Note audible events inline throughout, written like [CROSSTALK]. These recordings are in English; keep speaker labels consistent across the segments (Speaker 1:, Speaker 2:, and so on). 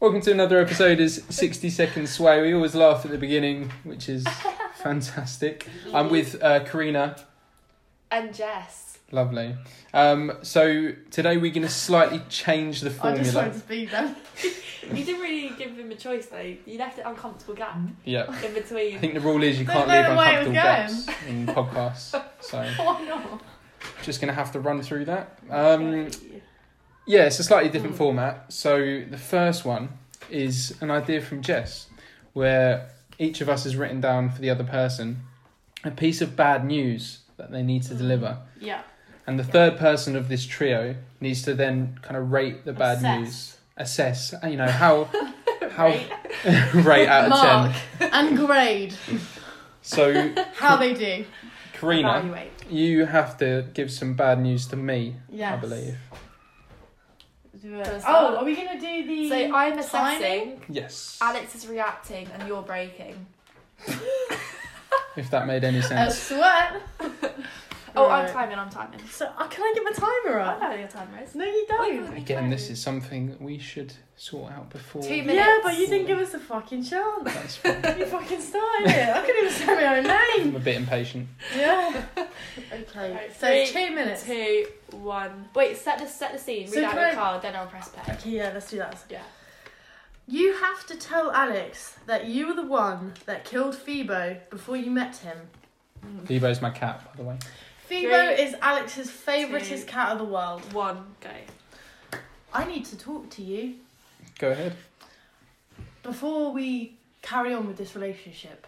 Speaker 1: Welcome to another episode is 60 Second Sway. We always laugh at the beginning, which
Speaker 2: [LAUGHS]
Speaker 1: is fantastic. I'm with uh, Karina.
Speaker 3: and Jess.
Speaker 1: Lovely. Um, so today we're going to slightly change the
Speaker 2: I just
Speaker 1: formula.
Speaker 2: wanted to be them.
Speaker 3: You didn't really give him a choice though. You left an uncomfortable gap
Speaker 2: [LAUGHS]
Speaker 1: Yeah. [LAUGHS]
Speaker 3: in
Speaker 1: I
Speaker 3: between.
Speaker 1: think the rule is you
Speaker 2: Don't
Speaker 1: can't
Speaker 2: know
Speaker 1: leave
Speaker 2: the way it
Speaker 1: uncomfortable
Speaker 2: was
Speaker 1: gaps in podcasts. So
Speaker 2: Why not?
Speaker 1: just going to have to run through that. Um, yeah, it's a slightly different format. So the first one is an idea from Jess, where each of us has written down for the other person a piece of bad news that they need to deliver.
Speaker 2: Yeah.
Speaker 1: And the
Speaker 3: Yeah.
Speaker 1: third person of this trio needs to then kind of rate the bad
Speaker 2: Assess.
Speaker 1: news, assess, uh, you know, how how [LAUGHS] rate out of
Speaker 2: Mark
Speaker 1: 10.
Speaker 2: and grade
Speaker 1: So,
Speaker 2: how they do.
Speaker 1: Karina,
Speaker 3: Evaluate.
Speaker 1: you have to give some bad news to me,
Speaker 2: Yes.
Speaker 1: I believe.
Speaker 2: Do it.
Speaker 3: Does that-
Speaker 2: Oh, are we gonna do the?
Speaker 3: So I'm assessing.
Speaker 2: Timing?
Speaker 1: Yes.
Speaker 3: Alex is reacting and you're breaking.
Speaker 1: [LAUGHS] If that made any
Speaker 2: a
Speaker 1: sense.
Speaker 2: [LAUGHS] sweat.
Speaker 3: Oh,
Speaker 2: Right.
Speaker 3: I'm timing. I'm timing.
Speaker 2: So I can I get my timer
Speaker 3: I
Speaker 2: up?
Speaker 3: know your timer is.
Speaker 2: No, you don't.
Speaker 3: Wait,
Speaker 1: Again, this is something that we should sort out before.
Speaker 3: Two minutes.
Speaker 2: Yeah, but you didn't give us a fucking chance.
Speaker 1: That's fine.
Speaker 2: You fucking started it. I couldn't even say my own name. [LAUGHS]
Speaker 1: I'm a bit impatient.
Speaker 2: Yeah. Okay.
Speaker 3: Right,
Speaker 2: So it's
Speaker 3: three,
Speaker 2: two minutes.
Speaker 3: Two, one. Wait, set the set the scene.
Speaker 2: So
Speaker 3: Read out
Speaker 2: can
Speaker 3: your
Speaker 2: I-
Speaker 3: card, then I'll press play.
Speaker 2: Okay. Yeah. Let's do that.
Speaker 3: Yeah.
Speaker 2: You have to tell Alex that you were the one that killed Phoebo before you met him. Mm.
Speaker 1: Bebo's my cat, by the way.
Speaker 2: Phoebo
Speaker 3: Three,
Speaker 2: is Alex's favouriteest
Speaker 3: two.
Speaker 2: cat of the world.
Speaker 3: One go.
Speaker 2: I need to talk to you
Speaker 1: Go ahead.
Speaker 2: before we carry on with
Speaker 3: [LAUGHS]
Speaker 2: this relationship.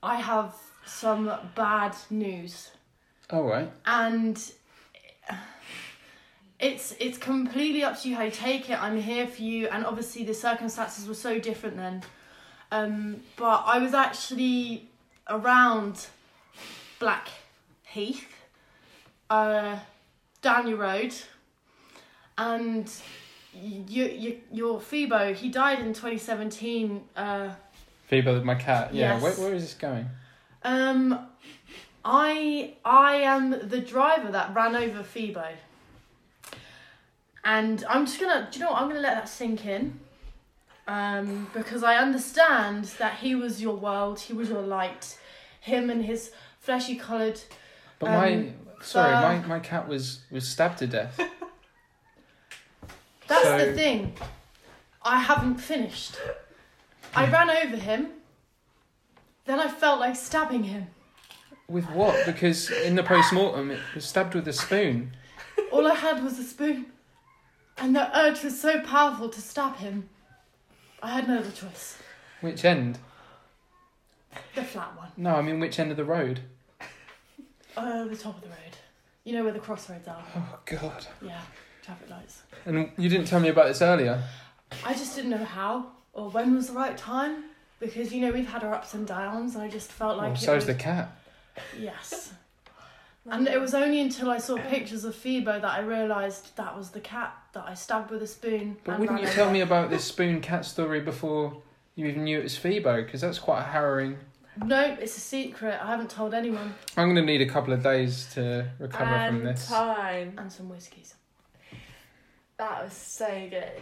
Speaker 2: I have some bad news,
Speaker 1: All right.
Speaker 2: and it's it's completely up to you how you take it. I'm here for you, and obviously the circumstances were so different then. Um, but I was actually around Blackheath, uh, down your road, and you, you, your Phoebo, he died in 2017. Uh,
Speaker 1: Bebo, my cat. Yeah.
Speaker 2: Yes.
Speaker 1: Where, where is this going?
Speaker 2: um, I, I am the driver that ran over Phoebo. And I'm just gonna, do you know what? I'm gonna let that sink in. Um, because I understand that he was your world, he was your light. Him and his fleshy coloured
Speaker 1: But
Speaker 2: Um,
Speaker 1: my sorry,
Speaker 2: uh,
Speaker 1: my, my cat was was stabbed to death.
Speaker 2: That's
Speaker 1: So-
Speaker 2: the thing. I haven't finished. I ran over him. Then I felt like stabbing him.
Speaker 1: With what? Because in the post mortem, it was stabbed with a spoon.
Speaker 2: All I had was a spoon. And the urge was so powerful to stab him. I had no other choice.
Speaker 1: Which end?
Speaker 2: The flat one.
Speaker 1: No, I mean which end of the road?
Speaker 2: Oh, the top of the road. You know where the crossroads are.
Speaker 1: Oh God!
Speaker 2: Yeah, traffic lights.
Speaker 1: And you didn't tell me about this earlier.
Speaker 2: I just didn't know how or when was the right time. Because, you know, we've had our ups and downs. And I just felt like.
Speaker 1: oh,
Speaker 2: it
Speaker 1: so is
Speaker 2: was-
Speaker 1: the cat.
Speaker 2: Yes. And it was only until I saw pictures of Phoebo that I realised that was the cat that I stabbed with a spoon.
Speaker 1: But
Speaker 2: and
Speaker 1: wouldn't
Speaker 2: ran
Speaker 1: you
Speaker 2: over.
Speaker 1: tell me about this spoon cat story before you even knew it was Phoebo? Because that's quite a harrowing.
Speaker 2: No, it's a secret. I haven't told anyone.
Speaker 1: I'm going to need a couple of days to recover
Speaker 3: and
Speaker 1: from this.
Speaker 3: time.
Speaker 2: And some whiskies.
Speaker 3: That was so good.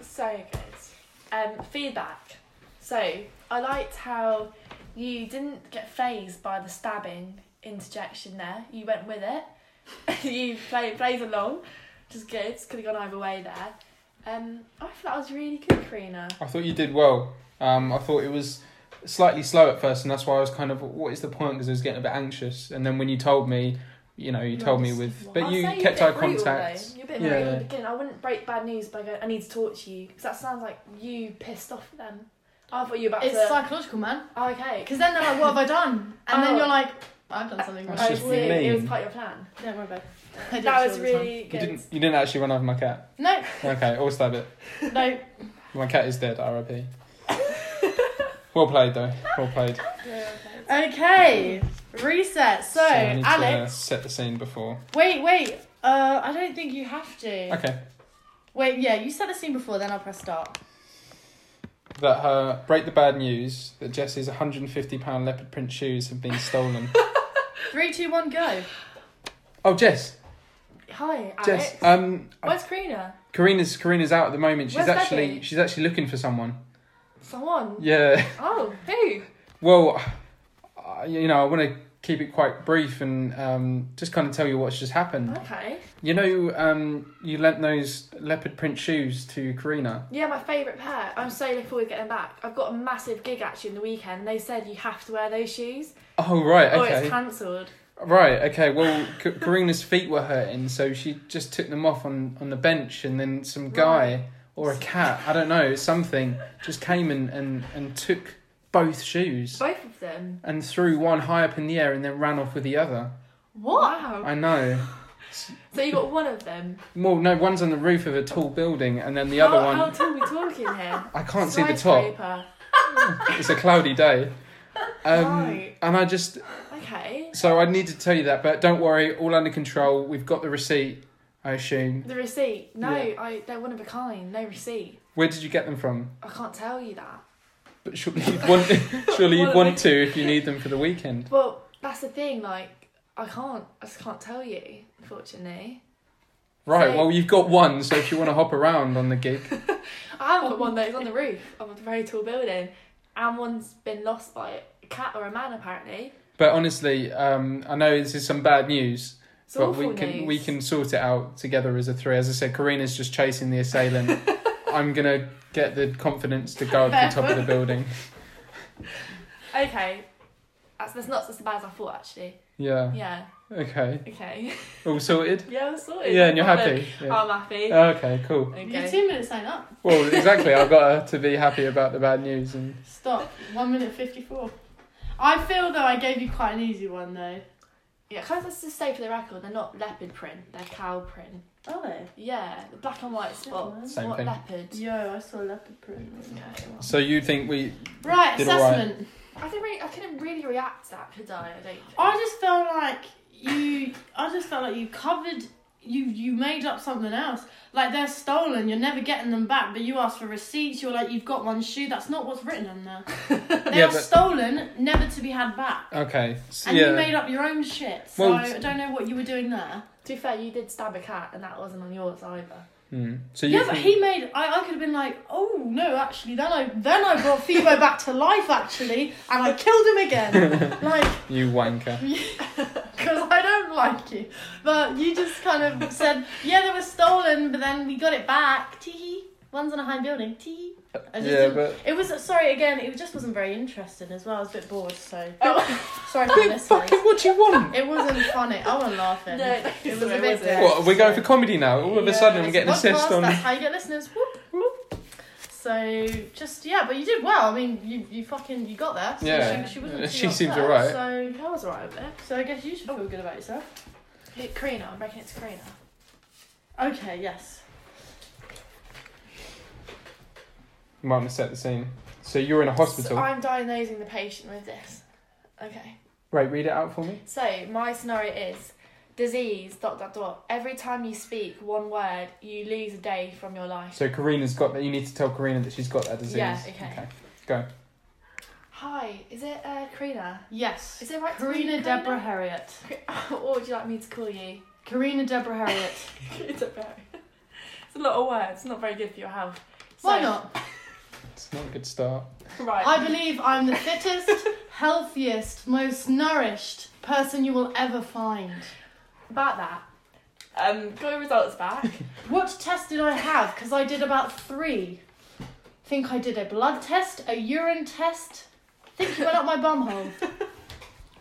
Speaker 3: so good. Um, feedback. So, I liked how you didn't get phased by the stabbing interjection there. You went with it. [LAUGHS] you played played along, which is good. Could have gone either way there. Um, I thought that was really good, Karina.
Speaker 1: I thought you did well. Um, I thought it was slightly slow at first, and that's why I was kind of, what is the point? Because I was getting a bit anxious. And then when you told me, you know, you
Speaker 2: You
Speaker 1: told me with,
Speaker 2: understood what-
Speaker 1: but
Speaker 3: I'll
Speaker 1: you
Speaker 3: say you're
Speaker 1: kept
Speaker 3: a
Speaker 1: eye
Speaker 3: bit brutal,
Speaker 1: contact.
Speaker 3: though. You're a bit
Speaker 1: Yeah.
Speaker 3: brutal in the beginning. I wouldn't break bad news by going, I need to talk to you. Because that sounds like you pissed off then. I thought you were about
Speaker 2: It's
Speaker 3: to.
Speaker 2: psychological, man.
Speaker 3: oh, okay.
Speaker 2: Because then they're like, what have I done? And
Speaker 3: Oh.
Speaker 2: then you're like, I've done something wrong.
Speaker 1: That's
Speaker 3: I
Speaker 1: just
Speaker 3: see. It was
Speaker 1: mean.
Speaker 3: part of your plan.
Speaker 2: Don't worry about it. I do
Speaker 3: That
Speaker 2: this
Speaker 3: was
Speaker 2: all the time.
Speaker 3: really
Speaker 1: You
Speaker 3: good.
Speaker 1: didn't, you didn't actually run over my cat.
Speaker 2: No,
Speaker 1: Okay, all stab it.
Speaker 2: no.
Speaker 3: [LAUGHS]
Speaker 1: My cat is dead, RIP. well played, though. Well played.
Speaker 2: Okay, reset. So,
Speaker 1: I need
Speaker 2: Alex.
Speaker 1: To, uh, set the scene before.
Speaker 2: Wait, wait. Uh, I don't think you have to.
Speaker 1: Okay.
Speaker 2: Wait, yeah, you said the scene before, then I'll press start.
Speaker 1: That her break the bad news that Jessie's 150 pound leopard print shoes have been
Speaker 3: [LAUGHS]
Speaker 1: stolen.
Speaker 2: Three, two, one, go.
Speaker 1: oh, Jess,
Speaker 3: Hi, Alex.
Speaker 1: Jess. Um, I-
Speaker 3: Where's Karina?
Speaker 1: Karina's Karina's out at the moment. She's
Speaker 3: Where's
Speaker 1: actually
Speaker 3: Debbie?
Speaker 1: she's actually looking for someone.
Speaker 3: Someone.
Speaker 1: Yeah. [LAUGHS]
Speaker 3: Oh, who?
Speaker 1: Well, I- you know, I want to keep it quite brief and um, just kind of tell you what's just happened.
Speaker 3: Okay.
Speaker 1: You know, um, you lent those leopard print shoes to Karina.
Speaker 3: Yeah, my favourite pair. I'm so looking forward to getting back. I've got a massive gig actually in the weekend. and They said you have to wear those shoes
Speaker 1: Oh right,
Speaker 3: or it's
Speaker 1: okay,
Speaker 3: cancelled.
Speaker 1: right, okay. Well, K- Karina's feet were hurting, so she just took them off on on the bench, and then some guy or a cat, I don't know, something, just came and and and took both shoes
Speaker 3: Both of them.
Speaker 1: and threw one high up in the air, and then ran off with the other.
Speaker 2: What?
Speaker 3: Wow.
Speaker 1: I know.
Speaker 3: So you got one of them.
Speaker 1: Well, no, one's on the roof of a tall building, and then [LAUGHS] the
Speaker 3: how,
Speaker 1: other one.
Speaker 3: How tall are we talking here?
Speaker 1: I [LAUGHS] can't see the
Speaker 3: [LAUGHS]
Speaker 1: top.
Speaker 3: Skyscraper.
Speaker 1: It's a cloudy day. Um,
Speaker 3: Right.
Speaker 1: And I just,
Speaker 3: Okay.
Speaker 1: so I need to tell you that, but don't worry, all under control. We've got the receipt, I assume.
Speaker 3: The receipt. No,
Speaker 1: Yeah.
Speaker 3: I they're one of a kind. No receipt.
Speaker 1: Where did you get them from?
Speaker 3: I can't tell you that.
Speaker 1: But surely you'd
Speaker 3: [LAUGHS]
Speaker 1: want, surely
Speaker 3: Well,
Speaker 1: you'd want
Speaker 3: [LAUGHS]
Speaker 1: to if you need them for the weekend.
Speaker 3: Well, that's the thing. Like, I can't. I just can't tell you. Unfortunately,
Speaker 1: Right,
Speaker 3: So-
Speaker 1: well, you've got one, so if you want to hop around on the
Speaker 3: [LAUGHS]
Speaker 1: gig.
Speaker 3: I haven't got one that is on the roof of a very tall building, and one's been lost by a cat or a man apparently.
Speaker 1: But honestly, um, I know this is some bad news,
Speaker 3: It's
Speaker 1: but
Speaker 3: awful
Speaker 1: we can
Speaker 3: news.
Speaker 1: we can sort it out together as a three. As I said, Karina's just chasing the assailant.
Speaker 2: [LAUGHS]
Speaker 1: I'm gonna get the confidence to go up the top of the building.
Speaker 3: Okay, that's, that's not as bad as I thought actually.
Speaker 1: Yeah.
Speaker 3: Yeah.
Speaker 1: Okay.
Speaker 3: Okay. [LAUGHS]
Speaker 1: All sorted.
Speaker 3: yeah, I'm sorted.
Speaker 1: Yeah, and you're
Speaker 3: I'm
Speaker 1: happy.
Speaker 3: good.
Speaker 1: Yeah. Uh,
Speaker 3: I'm happy.
Speaker 1: Okay. Cool.
Speaker 2: You're
Speaker 3: okay.
Speaker 2: two minutes sign up.
Speaker 1: Well, exactly. I've got to be happy about the bad news, and
Speaker 2: Stop. One minute fifty-four. I feel though I gave you quite an easy one though.
Speaker 3: Yeah, can I just say for the record, they're not leopard print. They're cow print.
Speaker 2: Are they?
Speaker 3: Yeah, the black and white spots.
Speaker 1: Same
Speaker 3: not
Speaker 1: thing.
Speaker 3: leopard.
Speaker 2: Yo, I saw leopard print.
Speaker 1: so you think we?
Speaker 2: Right,
Speaker 1: Did alright.
Speaker 2: assessment.
Speaker 3: I didn't really, I couldn't really react to that, could I? I don't. Think.
Speaker 2: I just felt like you. I just felt like you covered. You you made up something else. Like they're stolen. You're never getting them back. But you asked for receipts. You're like you've got one shoe. That's not what's written on there. They
Speaker 1: [LAUGHS] Yeah,
Speaker 2: are
Speaker 1: but-
Speaker 2: stolen, never to be had back.
Speaker 1: Okay. s-
Speaker 2: And you made
Speaker 1: yeah.
Speaker 2: up your own shit. So
Speaker 1: Well,
Speaker 2: I don't know what you were doing there.
Speaker 3: To be fair, you did stab a cat, and that wasn't on yours
Speaker 2: [LAUGHS]
Speaker 3: either.
Speaker 1: Hmm. So you.
Speaker 2: Yeah, but
Speaker 1: think-
Speaker 2: he made. I, I could have been like, oh no, actually, then I then I brought Fibo back to life actually, and I killed him
Speaker 1: [LAUGHS]
Speaker 2: again. like.
Speaker 1: You wanker.
Speaker 2: Because I don't like you. But you just kind of said, yeah, they were stolen, but then we got it back. Tee hee. One's on a high building. Tee hee. I just
Speaker 1: Yeah,
Speaker 2: didn't-
Speaker 1: but
Speaker 2: It was, sorry again, it just wasn't very interesting as well. I was a bit bored, so.
Speaker 3: [LAUGHS] Oh.
Speaker 2: sorry for
Speaker 1: But fucking
Speaker 2: listening.
Speaker 1: what do you want?
Speaker 2: It wasn't funny. I wasn't laughing.
Speaker 3: No, it
Speaker 2: [LAUGHS] it was
Speaker 3: wasn't,
Speaker 2: a
Speaker 3: it
Speaker 2: bit
Speaker 3: wasn't.
Speaker 2: dead.
Speaker 1: What? We're going for comedy now. All of a
Speaker 2: Yeah,
Speaker 1: sudden, I'm
Speaker 2: it's
Speaker 1: getting
Speaker 2: a
Speaker 1: assist
Speaker 2: podcast,
Speaker 1: on.
Speaker 2: That's how you get listeners. Whoop, whoop. So just yeah, but you did well. I mean, you you fucking you got there. So
Speaker 1: Yeah.
Speaker 2: she, she wasn't.
Speaker 1: Yeah,
Speaker 2: too
Speaker 1: she seems
Speaker 2: upset,
Speaker 1: alright.
Speaker 2: So
Speaker 3: I was alright with it.
Speaker 2: so I guess you should feel good about yourself.
Speaker 3: Hit Karina, I'm breaking it to Karina.
Speaker 2: Okay, yes.
Speaker 1: You might want to set the scene. So you're in a hospital.
Speaker 3: So I'm diagnosing the patient with this. Okay.
Speaker 1: Right, read it out for me.
Speaker 3: So my scenario is disease. Dot dot dot. Every time you speak one word, you lose a day from your life.
Speaker 1: So Karina's got that. You need to tell Karina that she's got that disease.
Speaker 3: Yeah, okay.
Speaker 1: Go.
Speaker 3: Hi, is it uh, Karina?
Speaker 2: Yes.
Speaker 3: Is it right? to call you
Speaker 2: Karina
Speaker 3: [LAUGHS]
Speaker 2: Deborah Harriet.
Speaker 3: what would you like me to call you? [LAUGHS]
Speaker 2: Karina Deborah Harriet.
Speaker 3: it's a very, it's a lot of words. It's not very good for your health.
Speaker 2: [LAUGHS] Why
Speaker 3: So-
Speaker 2: not?
Speaker 1: It's not a good start.
Speaker 3: [LAUGHS] Right.
Speaker 2: I believe I'm the [LAUGHS] fittest, healthiest, most nourished person you will ever find.
Speaker 3: about that. Um, got your results back.
Speaker 2: What test did I have? Because I did about three. Think I did a blood test, a urine test. Think you went up my bum [LAUGHS] hole.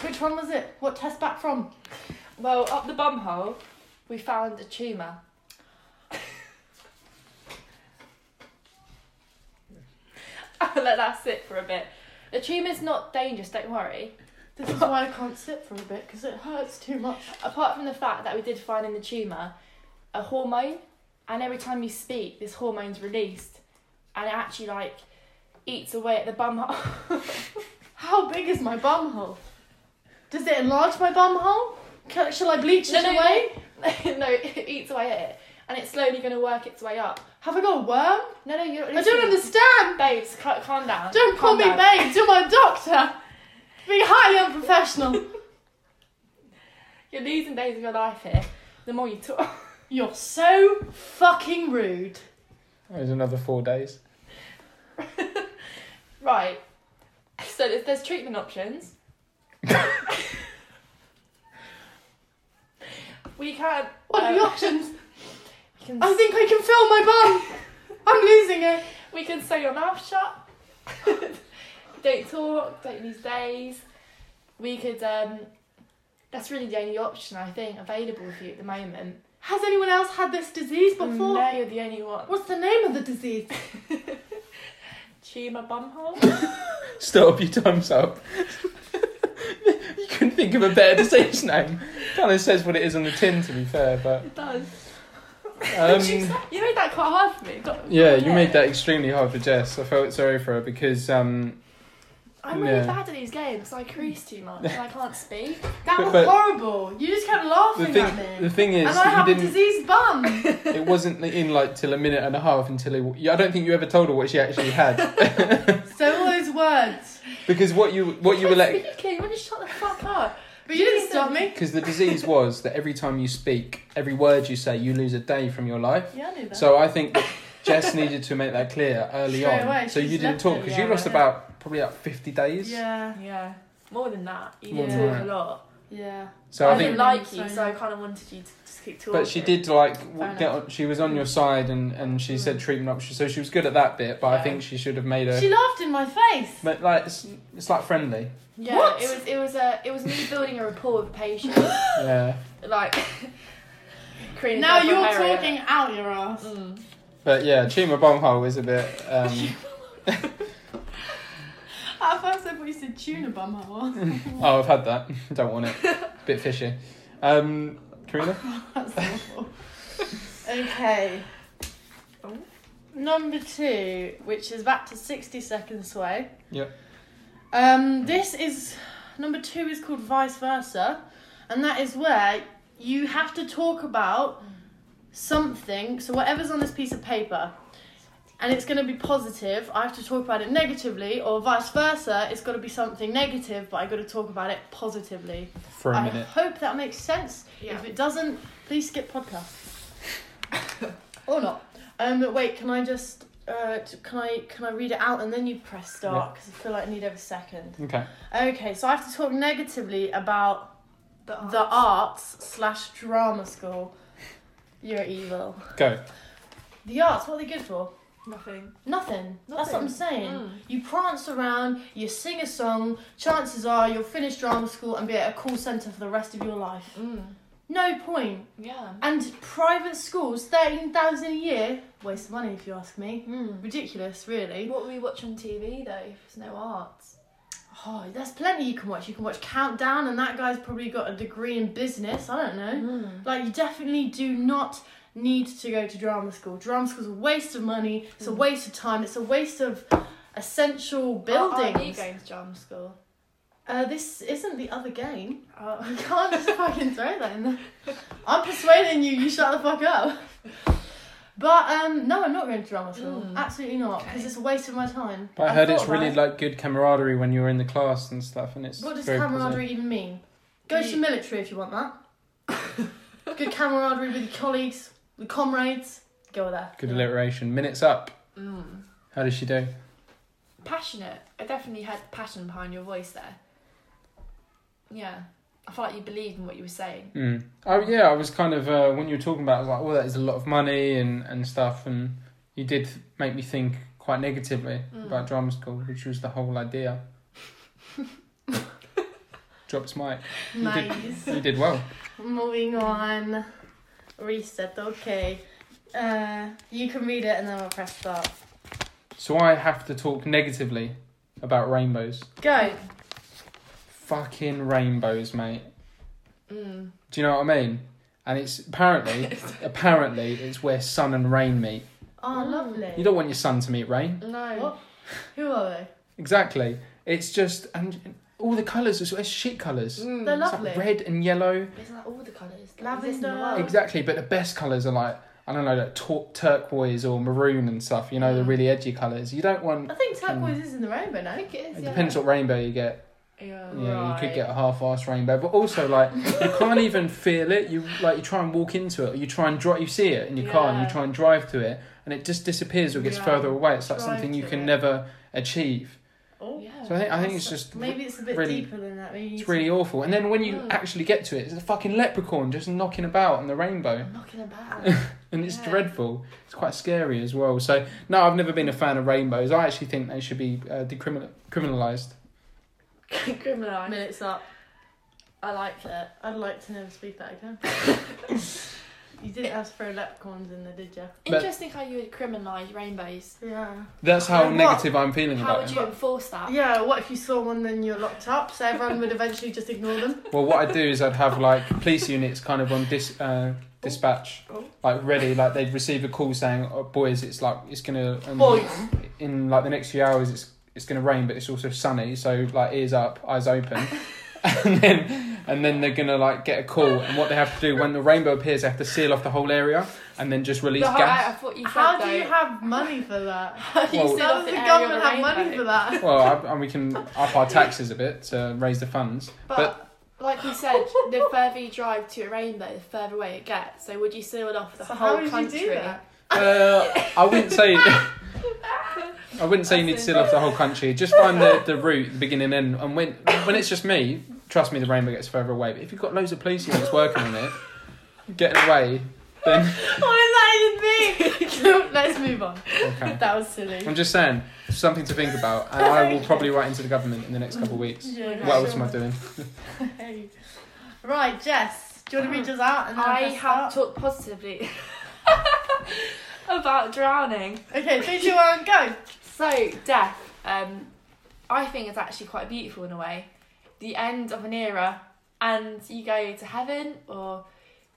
Speaker 2: Which one was it? What test back from?
Speaker 3: well, up the bum hole, we found a tumour. [LAUGHS] I'll let that sit for a bit. A tumour's not dangerous, don't worry.
Speaker 2: This is why I can't sit for a bit because it hurts too much.
Speaker 3: Apart from the fact that we did find in the tumour a hormone, and every time you speak, this hormone's released, and it actually like eats away at the bum [LAUGHS] hole.
Speaker 2: How big is my bum hole? Does it enlarge my bum hole? Ca- Shall I bleach it away?
Speaker 3: [LAUGHS] No, no, it eats away at it, and it's slowly going to work its way up.
Speaker 2: Have I got a worm?
Speaker 3: No, no, you're.
Speaker 2: I don't understand.
Speaker 3: Babes, cal- calm down.
Speaker 2: Don't
Speaker 3: calm
Speaker 2: call me
Speaker 3: down.
Speaker 2: babe. You're my doctor. Be
Speaker 3: [LAUGHS]
Speaker 2: highly unprofessional.
Speaker 3: You're losing days of your life here. The more you talk, [LAUGHS]
Speaker 2: You're so fucking rude.
Speaker 1: It was another four days.
Speaker 3: Right. So there's, there's treatment
Speaker 2: [LAUGHS]
Speaker 3: options. we can't.
Speaker 2: What are
Speaker 3: um,
Speaker 2: the options?
Speaker 3: we can,
Speaker 2: I think I can feel my bum. I'm losing it.
Speaker 3: we can sew your mouth shut. [LAUGHS] don't talk. Don't use days. We could. Um, that's really the only option I think available for you at the moment.
Speaker 2: Has anyone else had this disease before?
Speaker 3: Mm, no, you're the only one.
Speaker 2: What's the name of the disease?
Speaker 3: Tumor bumhole.
Speaker 1: Stop your thumbs up. [LAUGHS] you couldn't think of a better disease name. Kind of says what it is on the tin, to be fair, but.
Speaker 3: It does.
Speaker 1: Um,
Speaker 3: you made that quite hard for me. Got-
Speaker 1: yeah, you made that extremely hard for Jess. I felt sorry for her because um,
Speaker 3: I'm really
Speaker 1: Yeah.
Speaker 3: bad at these games. I crease too much. and I can't speak.
Speaker 2: That
Speaker 1: But-
Speaker 2: was
Speaker 1: but-
Speaker 2: horrible. You just kept
Speaker 1: the
Speaker 2: laughing
Speaker 1: thing
Speaker 2: at
Speaker 1: the
Speaker 2: me.
Speaker 1: thing is
Speaker 2: And I
Speaker 1: that
Speaker 2: have
Speaker 1: you
Speaker 2: a
Speaker 1: didn't. [LAUGHS]
Speaker 2: diseased bum.
Speaker 1: It wasn't in like till a minute and a half until it. yeah, I don't think you ever told her what she actually
Speaker 3: [LAUGHS]
Speaker 1: had
Speaker 2: so all those words.
Speaker 1: because what you what you were like
Speaker 3: Speaking, you want to shut the fuck up?
Speaker 2: But you didn't stop me.
Speaker 1: because the disease was that every time you speak, every word you say, you lose a day from your life.
Speaker 2: Yeah, I knew that.
Speaker 1: So I think that
Speaker 2: [LAUGHS]
Speaker 1: Jess needed to make that clear early
Speaker 2: Straight
Speaker 1: on.
Speaker 2: away,
Speaker 1: so you
Speaker 2: she's
Speaker 1: didn't
Speaker 2: left
Speaker 1: talk
Speaker 2: it,
Speaker 1: because
Speaker 2: yeah,
Speaker 1: you lost
Speaker 2: yeah.
Speaker 1: about probably about fifty days.
Speaker 2: yeah,
Speaker 3: Yeah, more than that. You
Speaker 1: More
Speaker 3: did
Speaker 1: than
Speaker 3: talk
Speaker 1: that.
Speaker 3: a lot.
Speaker 2: yeah.
Speaker 1: So I,
Speaker 3: I
Speaker 1: think,
Speaker 3: didn't
Speaker 2: think-
Speaker 3: like you,
Speaker 2: So-
Speaker 3: so I kind of wanted you to just keep talking.
Speaker 1: but she did like
Speaker 2: Fair Mm.
Speaker 1: w get on, she was on your side and and she said treatment options. So she was good at that bit, but I
Speaker 3: Yeah.
Speaker 1: think she should have made her.
Speaker 2: She laughed in my face.
Speaker 1: But like it's, it's like friendly.
Speaker 3: Yeah,
Speaker 2: What?
Speaker 3: it was it was a it was me building a rapport with patients.
Speaker 1: Yeah,
Speaker 3: [LAUGHS] like. [LAUGHS] Karina
Speaker 2: now
Speaker 3: Del
Speaker 2: you're
Speaker 3: Barrio.
Speaker 2: talking out your ass.
Speaker 3: Mm.
Speaker 1: but yeah, Chima Bonghole is a bit.
Speaker 2: [LAUGHS]
Speaker 1: Um,
Speaker 2: At first I thought you said tuna bum hole.
Speaker 1: oh, I've had that. [LAUGHS] Don't
Speaker 2: [LAUGHS]
Speaker 1: want it. Bit fishy. Um, Karina. [LAUGHS]
Speaker 2: That's awful. okay.
Speaker 3: Oh.
Speaker 2: Number two, which is back to 60 second sway.
Speaker 1: Yep.
Speaker 2: Um, this is number two is called vice versa, and that is where you have to talk about something. So whatever's on this piece of paper, and it's going to be positive. I have to talk about it negatively, or vice versa. It's got to be something negative, but I got to talk about it positively.
Speaker 1: For a
Speaker 2: I
Speaker 1: minute.
Speaker 2: hope that makes sense.
Speaker 3: Yeah.
Speaker 2: If it doesn't, please skip podcast. [LAUGHS] or not. Um, but wait, can I just uh, t- can I can I read it out and then you press start because I feel like I need every second.
Speaker 1: Okay.
Speaker 2: Okay, so I have to talk negatively about
Speaker 3: The
Speaker 2: the arts slash drama school. You're evil.
Speaker 1: Go.
Speaker 2: The arts, what are they good for?
Speaker 3: nothing.
Speaker 2: Nothing. That's what I'm
Speaker 3: Nothing.
Speaker 2: saying.
Speaker 3: Mm.
Speaker 2: You prance around, you sing a song. Chances are you'll finish drama school and be at a call centre for the rest of your life.
Speaker 3: Mm.
Speaker 2: No point.
Speaker 3: Yeah.
Speaker 2: And private schools, thirteen thousand a year. Waste of money, if you ask me.
Speaker 3: Mm.
Speaker 2: Ridiculous, really.
Speaker 3: What we watch on TV though? If there's no art.
Speaker 2: Oh, there's plenty you can watch. You can watch Countdown, and that guy's probably got a degree in business. I don't know.
Speaker 3: Mm.
Speaker 2: Like, you definitely do not need to go to drama school. Drama school's a waste of money. It's a
Speaker 3: Mm.
Speaker 2: waste of time. It's a waste of essential
Speaker 3: Are, are you
Speaker 2: buildings.
Speaker 3: going to drama school?
Speaker 2: uh, this isn't the other game.
Speaker 3: Oh. [LAUGHS]
Speaker 2: I can't just fucking throw that in there. I'm persuading you, you shut the fuck up. But um, no, I'm not going to drama school.
Speaker 3: Mm.
Speaker 2: Absolutely not, because
Speaker 3: Okay.
Speaker 2: it's a waste of my time.
Speaker 1: But I heard
Speaker 2: thought
Speaker 1: it's really
Speaker 2: about it.
Speaker 1: like good camaraderie when you were in the class and stuff, and it's
Speaker 2: What does
Speaker 1: very
Speaker 2: camaraderie even mean? Go to
Speaker 3: You-
Speaker 2: the military if you want
Speaker 3: [LAUGHS]
Speaker 2: that. Good camaraderie with your colleagues, with comrades. Go there.
Speaker 1: Good
Speaker 2: Yeah.
Speaker 1: alliteration. Minutes up.
Speaker 3: Mm.
Speaker 1: How does she do?
Speaker 3: Passionate. I definitely had passion behind your voice there. Yeah. I felt like you believed in what you were saying.
Speaker 1: Mm. Oh yeah, I was kind of uh, when you were talking about, it, I was like, "Well, that is a lot of money and and stuff," and you did make me think quite negatively
Speaker 3: Mm.
Speaker 1: about drama school, which was the whole idea.
Speaker 2: [LAUGHS]
Speaker 1: Drops mic. You did-
Speaker 2: Nice.
Speaker 1: You did well.
Speaker 2: Moving on. Reset. Okay. Uh, you can read it and then we'll press start.
Speaker 1: So I have to talk negatively about rainbows.
Speaker 2: Go.
Speaker 1: Fucking rainbows, mate.
Speaker 3: Mm.
Speaker 1: Do you know what I mean? And it's
Speaker 3: [LAUGHS]
Speaker 1: apparently, apparently, it's where sun and rain meet.
Speaker 2: Oh,
Speaker 3: Mm.
Speaker 2: lovely.
Speaker 1: You don't want your sun to meet rain.
Speaker 3: No.
Speaker 2: What? Who are they?
Speaker 1: Exactly. It's just and all the colours as well. It's shit colours.
Speaker 3: Mm.
Speaker 2: They're
Speaker 1: It's
Speaker 2: lovely.
Speaker 1: like red and yellow.
Speaker 3: Isn't that all the colours?
Speaker 2: Lavender.
Speaker 3: Like, is this in the world?
Speaker 1: Exactly, but the best colours are like I don't know, like tur- turquoise or maroon and stuff. You know, the
Speaker 3: Mm.
Speaker 1: really edgy colours. You don't want.
Speaker 2: I think turquoise is in the rainbow, no?
Speaker 3: I think it is.
Speaker 1: Hmm. It
Speaker 3: yeah.
Speaker 1: depends what rainbow you get.
Speaker 3: Yeah,
Speaker 1: Yeah,
Speaker 3: right.
Speaker 1: you could get a half-assed rain bed, but also like you can't
Speaker 3: [LAUGHS]
Speaker 1: even feel it. You like you try and walk into it, or you try and drive. You see it in your car, and you
Speaker 3: Yeah.
Speaker 1: try and drive to it, and it just disappears or gets
Speaker 3: Yeah.
Speaker 1: further away. It's like
Speaker 3: Drive
Speaker 1: something you
Speaker 3: to
Speaker 1: can
Speaker 3: it.
Speaker 1: never achieve.
Speaker 2: Oh.
Speaker 3: Yeah.
Speaker 1: So I think I think it's
Speaker 2: That's-
Speaker 1: just
Speaker 2: Maybe it's a bit
Speaker 1: really-
Speaker 2: deeper than that. Maybe
Speaker 1: it's really awful. And then when you
Speaker 3: Mm.
Speaker 1: actually get to it, it's a fucking leprechaun just knocking about on the rainbow,
Speaker 3: knocking
Speaker 1: [LAUGHS]
Speaker 3: about. [LAUGHS]
Speaker 1: and it's
Speaker 3: Yeah.
Speaker 1: dreadful. It's quite scary as well. So no, I've never been a fan of rainbows. I actually think they should be uh, decriminal criminalised.
Speaker 3: Criminalised.
Speaker 2: minutes up.
Speaker 3: I like it.
Speaker 2: I'd like to never speak
Speaker 1: [LAUGHS]
Speaker 2: that again. you didn't ask for leprechauns in there, did you?
Speaker 1: But-
Speaker 3: Interesting how you would criminalise rainbows.
Speaker 2: Yeah.
Speaker 1: That's how
Speaker 2: And what-
Speaker 1: negative I'm feeling
Speaker 3: How
Speaker 1: about
Speaker 3: would
Speaker 1: it.
Speaker 3: you enforce that?
Speaker 2: Yeah. What if you saw one, then you're locked up, so everyone would eventually just ignore them.
Speaker 1: Well, what I'd do is I'd have like police units kind of on dis uh, dispatch,
Speaker 2: Oh.
Speaker 1: like ready, like they'd receive a call saying, oh, "Boys, it's like it's gonna um,
Speaker 2: Boys.
Speaker 1: in like the next few hours, it's it's gonna rain, but it's also sunny, so like ears up, eyes open." and then and then they're gonna like get a call, and what they have to do when the rainbow appears, they have to seal off the whole area and then just release
Speaker 3: The whole- I, I
Speaker 1: gas.
Speaker 3: thought you said
Speaker 2: How do
Speaker 3: though,
Speaker 2: you have money for [LAUGHS] that?
Speaker 3: how do you
Speaker 1: Well-
Speaker 3: seal
Speaker 2: How
Speaker 3: off
Speaker 2: does the
Speaker 3: an area of
Speaker 2: government
Speaker 3: a
Speaker 2: have money
Speaker 3: rainbow?
Speaker 2: for [LAUGHS] that?
Speaker 1: Well, I, and we can up our taxes a bit to raise the funds.
Speaker 3: But, like you said, the further you drive to a rainbow, the further away it gets. So would you seal it off the
Speaker 2: So
Speaker 3: whole
Speaker 2: how would
Speaker 3: country?
Speaker 2: you do [LAUGHS] that?
Speaker 1: Uh, I wouldn't
Speaker 3: [LAUGHS]
Speaker 1: say. I wouldn't say you need to seal off the whole country. Just find the, the route, the beginning and end. And when when it's just me, trust me, the rainbow gets further away. But if you've got loads of police units working on it, getting away, then [LAUGHS]
Speaker 2: What does that even mean? Let's move on.
Speaker 1: okay.
Speaker 2: [LAUGHS] That was silly.
Speaker 1: I'm just saying, something to think about. And I will probably write into the government in the next couple of weeks.
Speaker 2: Yeah,
Speaker 1: What else am I doing?
Speaker 2: Hey. Right, Jess, do you want to read us out? And then
Speaker 3: Uh, I
Speaker 2: press
Speaker 3: have
Speaker 2: start?
Speaker 3: talked positively [LAUGHS] about drowning.
Speaker 2: Okay, three, two, one, go.
Speaker 3: So death, um, I think it's actually quite beautiful in a way. The end of an era, and you go to heaven or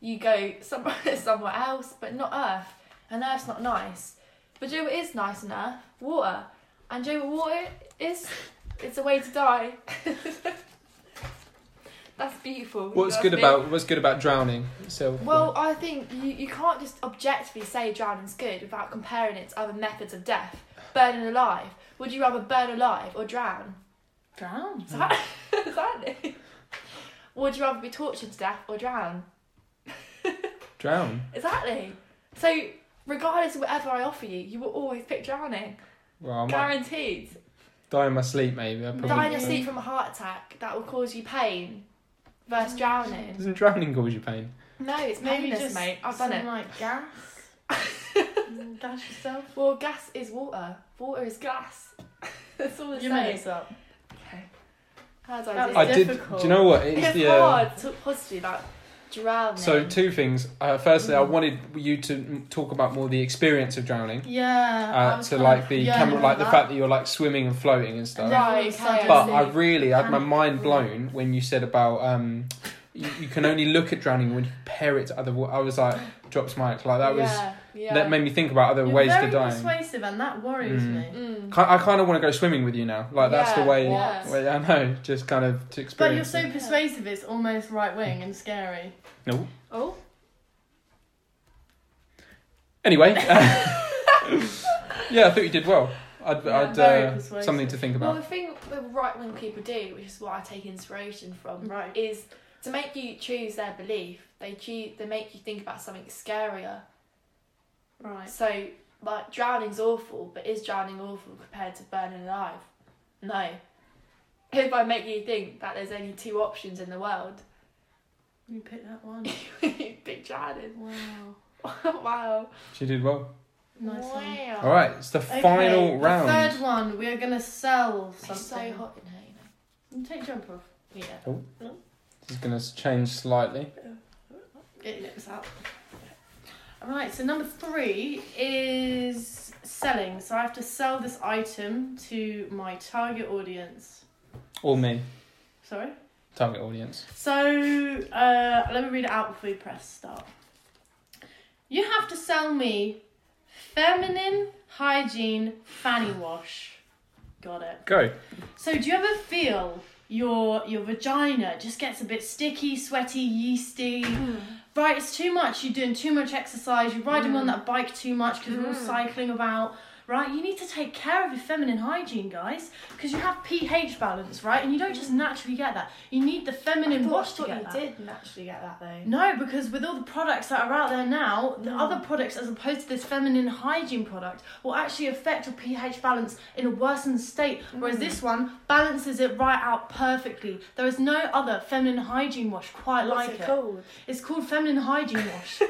Speaker 3: you go somewhere [LAUGHS] somewhere else, but not Earth. And Earth's not nice. But do you know what is nice on Earth? Water. And do you know what water is? It's a way to die. [LAUGHS] That's beautiful.
Speaker 1: What's
Speaker 3: That's
Speaker 1: good
Speaker 3: big.
Speaker 1: about what's good about drowning itself?
Speaker 3: Well, I think you, you can't just objectively say drowning's good without comparing it to other methods of death. Burning alive. Would you rather burn alive or drown?
Speaker 2: Drown.
Speaker 3: Is that, [LAUGHS] is that it? Would you rather be tortured to death or drown?
Speaker 1: drown.
Speaker 3: Exactly. So, regardless of whatever I offer you, you will always pick drowning.
Speaker 1: Well, I might
Speaker 3: Guaranteed.
Speaker 1: die in my sleep. Maybe I probably.
Speaker 3: Die in your sleep from a heart attack that will cause you pain versus drowning.
Speaker 1: Doesn't drowning cause you pain?
Speaker 3: No, it's
Speaker 2: Maybe
Speaker 3: painless,
Speaker 2: just
Speaker 3: mate. I've
Speaker 2: some,
Speaker 3: done it.
Speaker 2: like gas.
Speaker 3: [LAUGHS]
Speaker 2: Mm, gas yourself.
Speaker 3: Well, gas is water. Water is gas. [LAUGHS] That's all the
Speaker 2: You
Speaker 3: same.
Speaker 2: made it up.
Speaker 3: How do
Speaker 2: That
Speaker 3: I do?
Speaker 2: was
Speaker 1: I
Speaker 3: it?
Speaker 2: it.
Speaker 1: did. Do
Speaker 2: difficult.
Speaker 1: you know what? It is
Speaker 3: It's
Speaker 1: the. uh,
Speaker 3: hard to possibly like drowning.
Speaker 1: So two things. Uh, firstly, I
Speaker 2: Mm.
Speaker 1: wanted you to m- talk about more the experience of drowning,
Speaker 2: Yeah.
Speaker 1: uh, to like the
Speaker 2: yeah,
Speaker 1: camera,
Speaker 2: I
Speaker 1: like the
Speaker 2: remember
Speaker 1: fact that you're like swimming and floating and stuff.
Speaker 2: And then all
Speaker 3: Right,
Speaker 2: of a
Speaker 3: okay.
Speaker 2: sudden-
Speaker 1: But
Speaker 3: Yeah.
Speaker 1: I really I had my
Speaker 2: And-
Speaker 1: mind blown when you said about um, you, you can only look at drowning when you pair it to other. wa- I was like, drops mic. Like that was
Speaker 3: yeah, yeah.
Speaker 1: that made me think about other
Speaker 2: You're
Speaker 1: ways
Speaker 2: very
Speaker 1: to die.
Speaker 2: persuasive, and that worries
Speaker 1: Mm.
Speaker 2: me.
Speaker 3: Mm.
Speaker 1: Ki- I kind of want to go swimming with you now. Like that's the
Speaker 3: Yeah,
Speaker 1: way.
Speaker 3: yeah.
Speaker 1: way- I know, just kind of to experience.
Speaker 2: But you're so
Speaker 1: it.
Speaker 2: persuasive, it's almost right wing and scary.
Speaker 1: no.
Speaker 3: Oh,
Speaker 2: [LAUGHS]
Speaker 1: Anyway. uh, yeah, I thought you did well. I'd,
Speaker 2: Yeah,
Speaker 1: I'd
Speaker 2: very
Speaker 1: uh,
Speaker 2: persuasive.
Speaker 1: something to think about.
Speaker 3: well, the thing that right wing people do, which is what I take inspiration from,
Speaker 2: Right.
Speaker 3: is to make you choose their belief. They choose, they make you think about something scarier.
Speaker 2: Right.
Speaker 3: So, like, drowning's awful, but is drowning awful compared to burning alive? No. If I make you think that there's only two options in the world,
Speaker 2: You picked that one.
Speaker 3: you [LAUGHS] pick drowning.
Speaker 2: Wow.
Speaker 3: [LAUGHS] wow.
Speaker 1: She did well.
Speaker 2: Nice one.
Speaker 3: wow.
Speaker 1: All right, it's the
Speaker 2: Okay,
Speaker 1: final
Speaker 2: the
Speaker 1: round.
Speaker 2: Third one, we are gonna sell something.
Speaker 3: It's so hot in here, you know.
Speaker 2: You Take jump off.
Speaker 3: Yeah.
Speaker 1: It's going to change slightly.
Speaker 2: Get your lips out. Right, so number three is selling. So I have to sell this item to my target audience.
Speaker 1: All me,
Speaker 2: Sorry.
Speaker 1: target audience.
Speaker 2: So uh, let me read it out before we press start. You have to sell me feminine hygiene fanny wash. Got it.
Speaker 1: Go.
Speaker 2: So do you ever feel your your vagina just gets a bit sticky, sweaty, yeasty? Right, it's too much. You're doing too much exercise. You're riding on that bike too much because we're all cycling about. right? You need to take care of your feminine hygiene, guys, because you have pH balance, right? And you don't just naturally get that. You need the feminine
Speaker 3: I
Speaker 2: wash to
Speaker 3: thought
Speaker 2: get
Speaker 3: you
Speaker 2: that.
Speaker 3: did naturally get that though.
Speaker 2: No, because with all the products that are out there now, the
Speaker 3: Mm.
Speaker 2: other products, as opposed to this feminine hygiene product, will actually affect your pH balance in a worsened state. Whereas
Speaker 3: Mm.
Speaker 2: this one balances it right out perfectly. There is no other feminine hygiene wash quite
Speaker 3: What's
Speaker 2: like
Speaker 3: it called?
Speaker 2: It's called feminine
Speaker 3: [LAUGHS]
Speaker 2: hygiene wash.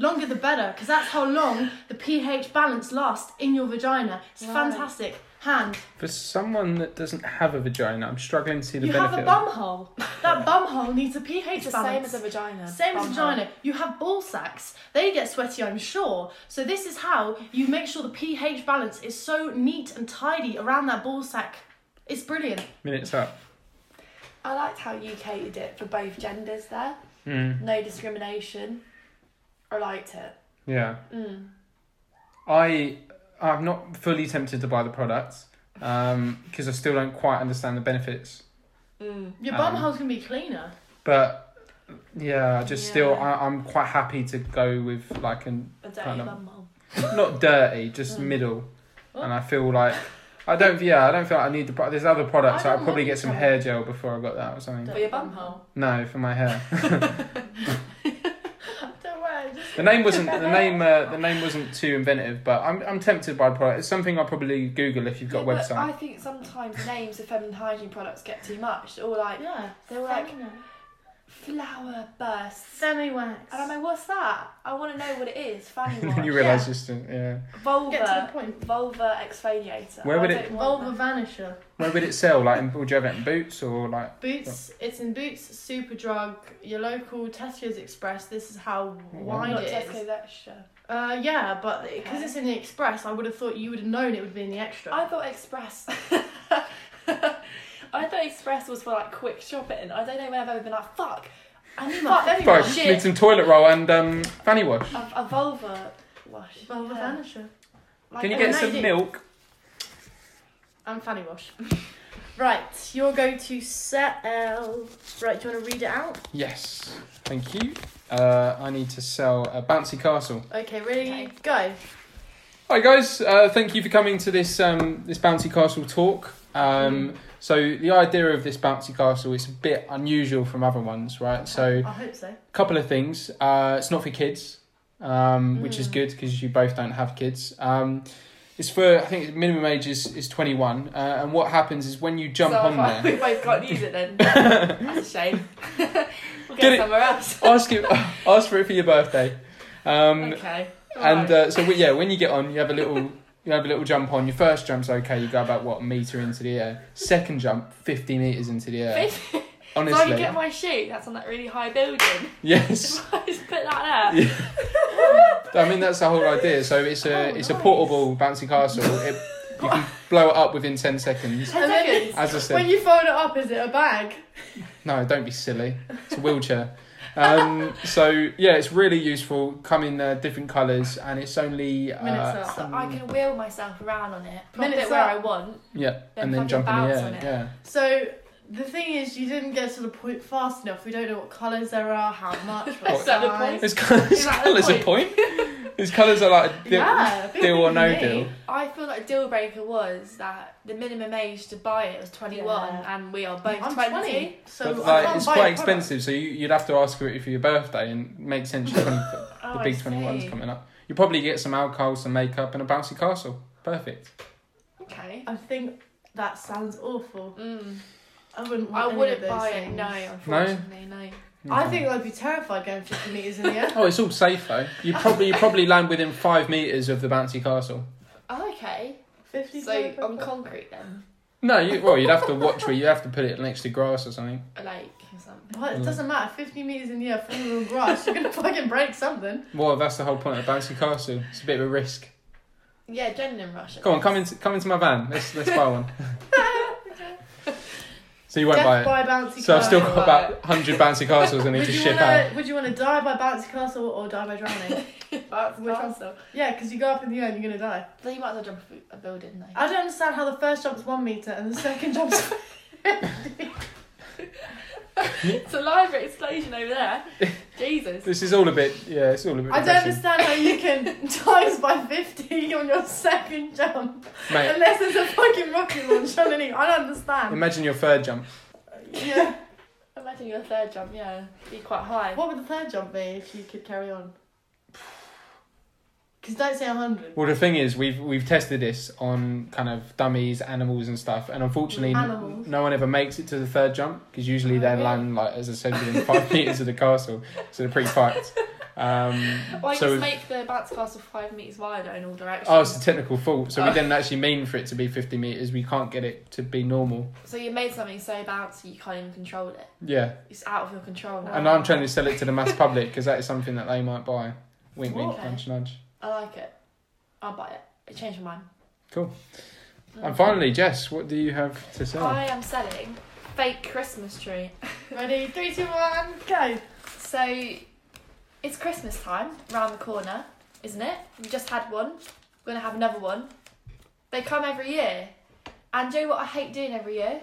Speaker 2: Longer the better, because that's how long the pH balance lasts in your vagina. It's
Speaker 3: Right.
Speaker 2: fantastic. Hand.
Speaker 1: For someone that doesn't have a vagina, I'm struggling to see the
Speaker 2: you
Speaker 1: benefit.
Speaker 2: have a
Speaker 1: of-
Speaker 2: bum hole. That bum hole needs a pH
Speaker 3: It's the
Speaker 2: balance.
Speaker 3: same as a vagina.
Speaker 2: Same as
Speaker 3: bum
Speaker 2: vagina.
Speaker 3: hole.
Speaker 2: You have ball sacks. They get sweaty, I'm sure. So this is how you make sure the pH balance is so neat and tidy around that ball sack. It's brilliant.
Speaker 1: Minutes up.
Speaker 3: I liked how you catered it for both genders there.
Speaker 1: Mm,
Speaker 3: No discrimination. I liked it.
Speaker 1: yeah.
Speaker 3: Mm.
Speaker 1: I I'm not fully tempted to buy the product because I still don't quite understand the benefits.
Speaker 3: Mm.
Speaker 2: Your
Speaker 1: Um,
Speaker 2: bum hole's gonna be cleaner.
Speaker 1: But yeah, I just still
Speaker 3: Yeah.
Speaker 1: I, I'm quite happy to go with like an
Speaker 3: A dirty
Speaker 1: Kind of.
Speaker 3: bum
Speaker 1: [LAUGHS]
Speaker 3: hole.
Speaker 1: not dirty,
Speaker 2: Mm.
Speaker 1: just middle. And I feel like I don't yeah I don't feel like I need the pro- there's other products. I
Speaker 2: I don't
Speaker 1: will probably
Speaker 2: want
Speaker 1: get some
Speaker 2: to.
Speaker 1: hair gel before I got that or something.
Speaker 3: your bum hole.
Speaker 1: No, for my hair.
Speaker 2: Don't worry. Just...
Speaker 1: The name wasn't
Speaker 2: [LAUGHS]
Speaker 1: the name. Uh, the name wasn't too inventive, but I'm I'm tempted by the product. It's something I'll probably Google if you've got
Speaker 3: Yeah,
Speaker 1: a
Speaker 3: but
Speaker 1: website.
Speaker 3: I think sometimes names of feminine hygiene products get too much. Or like
Speaker 2: Yeah.
Speaker 3: They were like-
Speaker 2: Feminine.
Speaker 3: flower bursts.
Speaker 2: semi wax.
Speaker 3: And I'm like, what's that? I want to know what
Speaker 1: [LAUGHS]
Speaker 3: it is. Fanny
Speaker 1: and then
Speaker 3: wash.
Speaker 1: you realise just uh, yeah.
Speaker 2: Get to the
Speaker 3: Vulva.
Speaker 2: point.
Speaker 3: Vulva exfoliator.
Speaker 1: Where would
Speaker 3: I
Speaker 1: it-
Speaker 3: don't want
Speaker 2: Vulva vanisher.
Speaker 1: Where would it sell? Like, in, would you have it in Boots or like?
Speaker 2: Boots. It's in Boots, Superdrug, your local Tesco's Express. This is how
Speaker 3: that.
Speaker 2: wide
Speaker 3: Not
Speaker 2: it is.
Speaker 3: Tesco Extra.
Speaker 2: Uh, yeah, but because
Speaker 3: Okay.
Speaker 2: it's in the Express, I would have thought you would have known it would be in the Extra.
Speaker 3: I thought Express. [LAUGHS] I thought Express was for like quick shopping. I don't know when I've ever been like, fuck. I need my
Speaker 2: Fuck,
Speaker 3: fanny
Speaker 1: Sorry,
Speaker 3: wash.
Speaker 1: just
Speaker 3: Shit.
Speaker 1: need some toilet roll and um, fanny wash.
Speaker 3: A, a vulva wash.
Speaker 2: Well, the
Speaker 3: Yeah.
Speaker 2: vanisher.
Speaker 3: Like
Speaker 1: Can you
Speaker 3: a
Speaker 1: get
Speaker 2: no, you
Speaker 1: some
Speaker 2: do.
Speaker 1: milk?
Speaker 2: And Fanny Wash. [LAUGHS] right, your go to sell. Right, do you want to read it out?
Speaker 1: Yes, thank you. Uh, I need to sell a bouncy castle.
Speaker 2: Okay, ready,
Speaker 3: Okay.
Speaker 2: go.
Speaker 1: Hi guys, uh, thank you for coming to this um, this bouncy castle talk.
Speaker 3: Mm.
Speaker 1: Um, So the idea of this bouncy castle is a bit unusual from other ones, right? So
Speaker 2: I hope so.
Speaker 1: couple of things. Uh, it's not for kids, um, which is
Speaker 3: Mm.
Speaker 1: good because you both don't have kids. Um, it's for I think minimum age is, is twenty one, uh, and what happens is when you jump
Speaker 3: so
Speaker 1: on
Speaker 3: if I-
Speaker 1: there,
Speaker 3: [LAUGHS] We both can't use it
Speaker 1: [LAUGHS]
Speaker 3: then. That's a shame. [LAUGHS] we'll get
Speaker 1: it-
Speaker 3: somewhere else.
Speaker 1: ask it, [LAUGHS] ask for it for your birthday, um,
Speaker 3: [LAUGHS] okay.
Speaker 1: and uh, so we, yeah, when you get on, you have a little. You have a little jump on. Your first jump's okay. You go about what a meter into the air. Second jump, fifty meters into the air.
Speaker 3: If I
Speaker 1: Honestly,
Speaker 3: get my shoe, that's on that really high building. [LAUGHS]
Speaker 1: yes.
Speaker 3: Just put that there.
Speaker 1: Yeah.
Speaker 3: [LAUGHS]
Speaker 1: I mean, that's the whole idea. So it's a
Speaker 2: Oh,
Speaker 1: it's a
Speaker 2: nice.
Speaker 1: portable bouncy castle. It, you can blow it up within ten seconds.
Speaker 3: Ten
Speaker 2: And then-
Speaker 3: seconds.
Speaker 1: As I
Speaker 2: When
Speaker 1: said,
Speaker 2: you fold it up, is it a bag?
Speaker 1: no, don't be silly. It's a wheelchair.
Speaker 3: [LAUGHS]
Speaker 1: Um, so yeah, it's really useful. Come in uh, different colours, and it's only uh,
Speaker 2: Minutes
Speaker 3: So I can wheel myself around on it, pop
Speaker 2: Minutes
Speaker 3: it where
Speaker 2: up.
Speaker 3: I want.
Speaker 1: yeah, and
Speaker 3: fucking
Speaker 1: then jump in the
Speaker 3: bounce
Speaker 1: air.
Speaker 3: on it.
Speaker 1: Yeah,
Speaker 2: So the thing is, you didn't get to the point fast enough. We don't know what colours there are, how much,
Speaker 3: [LAUGHS]
Speaker 2: what
Speaker 3: Is that the point?
Speaker 2: size.
Speaker 1: his [LAUGHS] colours, his
Speaker 3: Is that the
Speaker 1: colours are
Speaker 3: [LAUGHS]
Speaker 1: point. His colours are like a deal,
Speaker 2: Yeah, big
Speaker 1: deal or
Speaker 2: thing
Speaker 1: no
Speaker 2: for me.
Speaker 1: deal.
Speaker 3: I feel like deal breaker was that the minimum age to buy it was 21
Speaker 2: Yeah.
Speaker 3: and we are both
Speaker 2: I'm
Speaker 3: 20.
Speaker 2: 20, so
Speaker 1: But
Speaker 2: I can't
Speaker 1: like, it's
Speaker 2: buy
Speaker 1: quite
Speaker 2: a product.
Speaker 1: expensive, so you, you'd have to ask for it for your birthday, and it makes sense.
Speaker 2: [LAUGHS]
Speaker 1: You're 20,
Speaker 3: Oh,
Speaker 1: the
Speaker 3: I
Speaker 1: big
Speaker 3: see.
Speaker 1: 21's coming up. You probably get some alcohol, some makeup, and a bouncy castle. Perfect.
Speaker 3: Okay.
Speaker 2: I think that sounds awful.
Speaker 3: Mm.
Speaker 2: I wouldn't. Want
Speaker 3: I
Speaker 2: any of
Speaker 3: wouldn't
Speaker 2: those
Speaker 3: buy
Speaker 2: things.
Speaker 3: it, no,
Speaker 1: Mm-hmm.
Speaker 3: unfortunately, no.
Speaker 2: I think I'd be terrified going 50 metres in the air.
Speaker 1: Oh, it's all safe though. You probably you probably land within five meters of the bouncy castle.
Speaker 3: Oh, okay.
Speaker 2: 50
Speaker 3: So on concrete then?
Speaker 1: No, you, well, you'd have to watch where you have to put it next to grass or something.
Speaker 3: A lake or something?
Speaker 2: What?
Speaker 1: Mm.
Speaker 2: It doesn't matter. 50 metres in the air, falling on grass, you're going to [LAUGHS] fucking break something.
Speaker 1: Well, that's the whole point of bouncy castle. It's a bit of a risk.
Speaker 3: Yeah, adrenaline rush. I
Speaker 1: Come on,
Speaker 3: guess.
Speaker 1: come into come into my van. Let's let's buy
Speaker 2: [LAUGHS]
Speaker 1: one. so you won't
Speaker 2: Death
Speaker 1: buy it.
Speaker 2: by bouncy
Speaker 1: so I've still
Speaker 2: castle.
Speaker 1: got about hundred bouncy castles I need
Speaker 2: Would
Speaker 1: to
Speaker 2: you,
Speaker 1: ship
Speaker 2: wanna,
Speaker 1: out.
Speaker 2: would you want to die by bouncy castle or die by drowning?
Speaker 3: [LAUGHS]
Speaker 1: [LAUGHS]
Speaker 3: That's
Speaker 2: Which one's-
Speaker 3: faster.
Speaker 2: yeah, because you go up in the air and you're going to die.
Speaker 3: So you might as well jump a building though.
Speaker 2: I don't understand how the first jump's one metre and the second jump's.
Speaker 1: [LAUGHS]
Speaker 3: It's a live explosion over there. Jesus.
Speaker 1: This is all a bit, yeah, it's all a bit.
Speaker 2: I don't
Speaker 1: depressing.
Speaker 2: understand how
Speaker 1: [LAUGHS]
Speaker 2: you can times by 50 on your second jump.
Speaker 1: Mate,
Speaker 2: Unless there's a fucking rocket launch underneath. I don't understand.
Speaker 1: imagine your third jump.
Speaker 2: Yeah.
Speaker 3: Imagine your third jump, yeah, be quite high.
Speaker 2: What would the third jump be if you could carry on? Because don't say 100.
Speaker 1: Well, the thing is, we've we've tested this on kind of dummies, animals, and stuff, and unfortunately, n-
Speaker 2: Animals.
Speaker 1: no one ever makes it to the third jump because usually
Speaker 2: Oh,
Speaker 1: they
Speaker 2: really?
Speaker 1: land like as I said within
Speaker 2: [LAUGHS]
Speaker 1: five meters of the castle, so they're pretty fucked. Um,
Speaker 3: Why
Speaker 1: so
Speaker 3: just make the bounce castle five metres wider in all directions?
Speaker 1: oh, it's a technical fault. So we
Speaker 3: Oh.
Speaker 1: didn't actually mean for it to be fifty meters. We can't get it to be normal.
Speaker 3: so you made something so bouncy you can't even control it.
Speaker 1: Yeah,
Speaker 3: It's out of your control
Speaker 2: Oh.
Speaker 3: now.
Speaker 1: and I'm trying to sell it to the mass public because that is something that they might buy. Wink, wink,
Speaker 3: Okay.
Speaker 1: nudge, nudge.
Speaker 3: I like it. I'll buy it. I changed my mind.
Speaker 1: Cool.
Speaker 2: Oh.
Speaker 3: Mm.
Speaker 1: And finally, Jess, what do you have to sell?
Speaker 3: I am selling fake Christmas tree.
Speaker 2: Ready? Three, two, one, go.
Speaker 3: So it's Christmas time, round the corner, isn't it? We just had one. We're gonna have another one. They come every year. And do you know what I hate doing every year?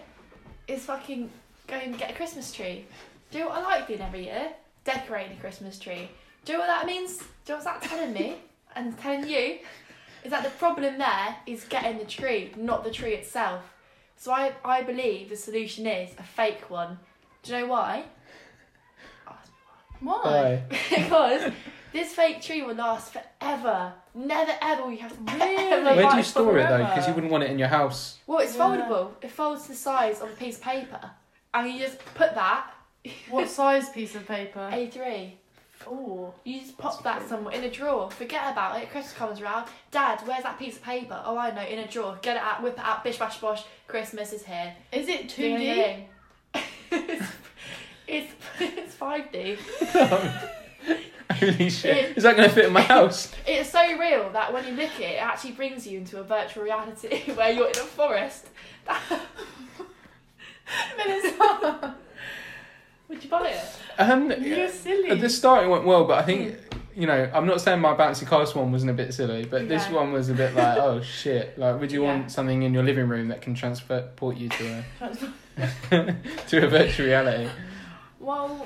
Speaker 3: Is fucking going to get a Christmas tree. Do you know what I like doing every year? Decorating a Christmas tree. Do you know what that means? Do you know what that's telling me? And telling you? Is that the problem there is getting the tree, not the tree itself. So I, I believe the solution is a fake one. Do you know why? Ask me why
Speaker 2: Why?
Speaker 1: Bye.
Speaker 3: [LAUGHS] because this fake tree will last forever. Never ever will you have to [LAUGHS]
Speaker 2: Really?
Speaker 3: ever
Speaker 1: Where
Speaker 3: buy
Speaker 1: do you store it though?
Speaker 2: forever.
Speaker 1: Because you wouldn't want it in your house.
Speaker 3: Well, it's
Speaker 2: Yeah.
Speaker 3: foldable. It folds to the size of a piece of paper, and you just put that
Speaker 2: What size piece of paper?
Speaker 3: A three.
Speaker 2: Oh.
Speaker 3: You just pop that somewhere in a drawer. Forget about it. Christmas comes around. Dad, where's that piece of paper? Oh, I know, in a drawer. Get it out. Whip it out. Bish bash bosh. Christmas is here.
Speaker 2: Is it
Speaker 3: Ding,
Speaker 2: 2D?
Speaker 3: ding, [LAUGHS] ding. it's [LAUGHS] it's five D.
Speaker 1: Holy shit! Is that going to fit in my house?
Speaker 3: It's so real that when you look at it, it actually brings you into a virtual reality [LAUGHS] where you're in a forest. [LAUGHS]
Speaker 2: Minnesota.
Speaker 3: Would you buy it?
Speaker 1: Um,
Speaker 2: You're silly.
Speaker 1: at the start it went well, but I think you know I'm not saying my bouncy castle one wasn't a bit silly, but this
Speaker 3: No.
Speaker 1: one was a bit like oh [LAUGHS] shit! Like, would you
Speaker 3: Yeah.
Speaker 1: want something in your living room that can transport you to a [LAUGHS] to a virtual reality?
Speaker 3: Well,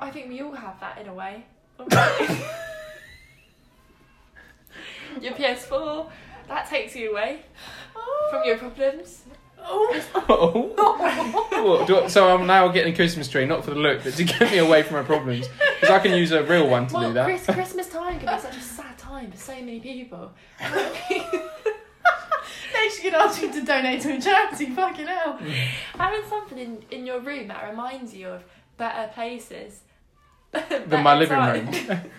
Speaker 3: I think we all have that in a way. [LAUGHS] your PS4, that takes you away from your problems.
Speaker 2: Oh.
Speaker 1: Oh. What, do I- so I'm now getting a Christmas tree, not for the look, but to get me away from my problems, because I
Speaker 3: [LAUGHS]
Speaker 1: can use a real one to
Speaker 3: well,
Speaker 1: do that.
Speaker 3: Chris, Christmas time can be such a sad time for so many
Speaker 1: [LAUGHS]
Speaker 3: people. [LAUGHS]
Speaker 2: Next, you could ask you to donate to a charity. Fucking hell.
Speaker 1: Oh,
Speaker 3: Having something in, in your room that reminds you of better places [LAUGHS]
Speaker 1: than my living room.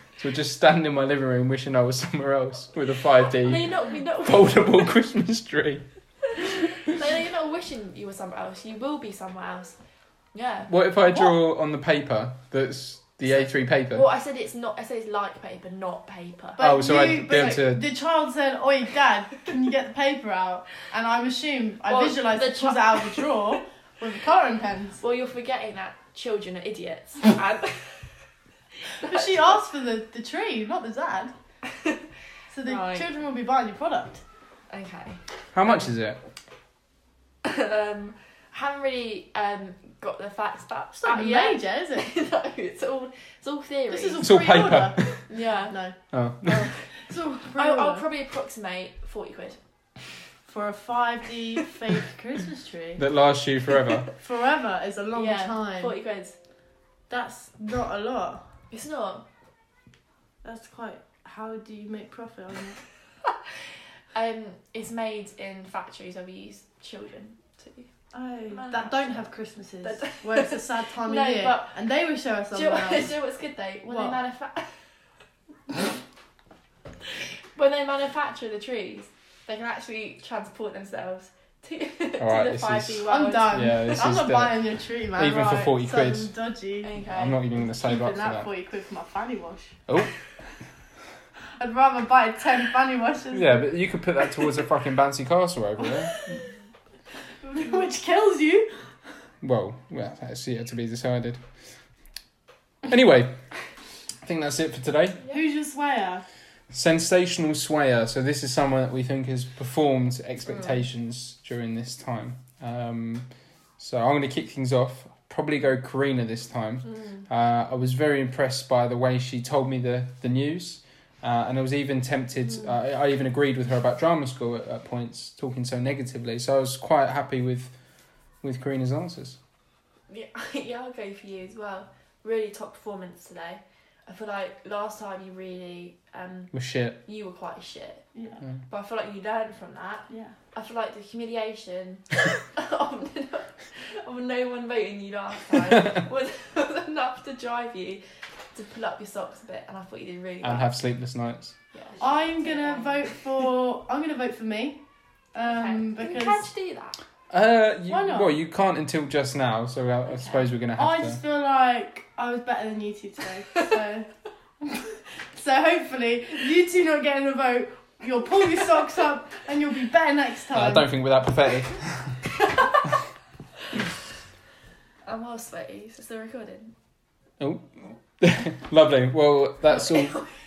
Speaker 1: [LAUGHS] so just stand in my living room wishing I was somewhere else with a
Speaker 3: [LAUGHS] No,
Speaker 1: 5D
Speaker 3: you're not, you're not,
Speaker 1: foldable [LAUGHS] Christmas tree.
Speaker 3: no, you're not wishing you were somewhere else. You will be somewhere else. Yeah.
Speaker 1: What if I draw on the paper that's the A3 paper?
Speaker 3: Well, I said it's not. I said it's like paper, not paper.
Speaker 2: But
Speaker 1: Oh, so I'd
Speaker 2: you,
Speaker 1: be
Speaker 2: but
Speaker 1: able to-
Speaker 2: The child said, "Oi, Dad, can you get the paper out?" And I assume I
Speaker 3: Well,
Speaker 2: visualised
Speaker 3: the
Speaker 2: it was out of the drawer with colouring pens.
Speaker 3: Well, you're forgetting that children are
Speaker 2: [LAUGHS]
Speaker 3: idiots. and [LAUGHS]
Speaker 2: But she asked for the, the tree, not the dad. So the
Speaker 3: Right.
Speaker 2: children will be buying your product.
Speaker 3: okay.
Speaker 1: How much is it?
Speaker 3: Um, haven't really um got the facts back.
Speaker 2: It's not
Speaker 3: back yet.
Speaker 2: major, is it?
Speaker 3: [LAUGHS] no, it's all it's all theory.
Speaker 2: This is all
Speaker 1: It's all
Speaker 2: pre-order.
Speaker 3: yeah.
Speaker 2: [LAUGHS] No,
Speaker 1: Oh,
Speaker 2: it's all
Speaker 3: I'll,
Speaker 2: pre-order.
Speaker 3: I'll probably approximate forty quid.
Speaker 2: for a five D fake
Speaker 3: [LAUGHS]
Speaker 2: Christmas tree.
Speaker 1: that lasts you [LAUGHS] forever.
Speaker 2: Forever is a long
Speaker 3: Yeah,
Speaker 2: time.
Speaker 3: Forty quid.
Speaker 2: That's not a lot.
Speaker 3: It's not.
Speaker 2: That's quite. How do you make profit on it?
Speaker 3: Um, it's made in factories where we use children too.
Speaker 2: Oh,
Speaker 3: Man,
Speaker 2: that don't have Christmases.
Speaker 3: That-
Speaker 2: where it's a sad time
Speaker 3: [LAUGHS]
Speaker 2: of
Speaker 3: No,
Speaker 2: year,
Speaker 3: but-
Speaker 2: and they will show us
Speaker 3: [LAUGHS] Do you,
Speaker 2: somewhere
Speaker 3: know, do
Speaker 2: else.
Speaker 3: you know what's good though? When
Speaker 2: What?
Speaker 3: they manufacture, [LAUGHS]
Speaker 2: [LAUGHS]
Speaker 3: when they manufacture the trees, they can actually transport themselves to, [LAUGHS]
Speaker 1: Alright,
Speaker 3: to the
Speaker 1: this
Speaker 3: five
Speaker 1: is-
Speaker 3: D world.
Speaker 2: I'm done.
Speaker 1: Yeah, this
Speaker 2: I'm
Speaker 1: is
Speaker 2: not
Speaker 1: the-
Speaker 2: buying your tree, man.
Speaker 1: even for
Speaker 3: right,
Speaker 1: 40
Speaker 2: Something
Speaker 1: quid.
Speaker 2: dodgy.
Speaker 3: Okay.
Speaker 1: I'm
Speaker 3: [LAUGHS]
Speaker 1: not even going to save
Speaker 2: Keeping
Speaker 1: up for
Speaker 2: that,
Speaker 1: that.
Speaker 2: forty quid for my fanny wash.
Speaker 1: Oh.
Speaker 2: [LAUGHS] I'd rather buy ten fanny washes.
Speaker 1: Yeah, but you could put that towards a fucking bouncy castle over there.
Speaker 2: [LAUGHS] which kills you.
Speaker 1: Well, well, that's yet to be decided. Anyway, I think that's it for today.
Speaker 2: Who's your swear?
Speaker 1: Sensational Swayer. So this is someone that we think has performed expectations during this time. Um, So I'm going to kick things off. Probably go Karina this time.
Speaker 3: Mm,
Speaker 1: Uh, I was very impressed by the way she told me the, the news. Uh, and I was even tempted,
Speaker 2: Mm.
Speaker 1: uh, I I even agreed with her about drama school at, at points, talking so negatively. So I was quite happy with with Karina's answers.
Speaker 3: Yeah, [LAUGHS] yeah, I'll go for you as well. Really top performance today. I feel like last time you really, um,
Speaker 1: It was shit.
Speaker 3: you were quite shit,
Speaker 2: Yeah.
Speaker 1: Yeah.
Speaker 3: but I feel like you learned from that.
Speaker 2: Yeah.
Speaker 3: I feel like
Speaker 1: [LAUGHS]
Speaker 3: the humiliation of, of no one voting
Speaker 1: [LAUGHS]
Speaker 3: you last time was, was enough to drive you to pull up your socks a bit, and I thought you did really well.
Speaker 1: And have sleepless nights.
Speaker 3: Yeah.
Speaker 2: I'm gonna vote for. I'm gonna vote for me. Um,
Speaker 3: Okay.
Speaker 2: because
Speaker 3: Can you do that?
Speaker 1: Uh, you,
Speaker 2: Why not? Oh,
Speaker 1: Well, you can't until just now, so I, I
Speaker 3: Okay.
Speaker 1: suppose we're going to have
Speaker 2: I
Speaker 1: to.
Speaker 2: just feel like I was better than you two today.
Speaker 3: [LAUGHS]
Speaker 2: So, [LAUGHS] so hopefully you two not getting a vote. You'll pull your socks up and you'll be better next
Speaker 1: I
Speaker 2: time.
Speaker 1: Uh, don't think we're that pathetic.
Speaker 3: I'm well sweaty. It's still recording.
Speaker 1: Lovely. Well, that's
Speaker 3: [LAUGHS]
Speaker 1: all.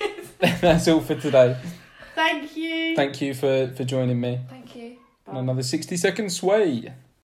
Speaker 1: [LAUGHS] that's all for today.
Speaker 2: Thank you.
Speaker 1: Thank you for for joining me
Speaker 3: Thank you.
Speaker 1: on another sixty second sway.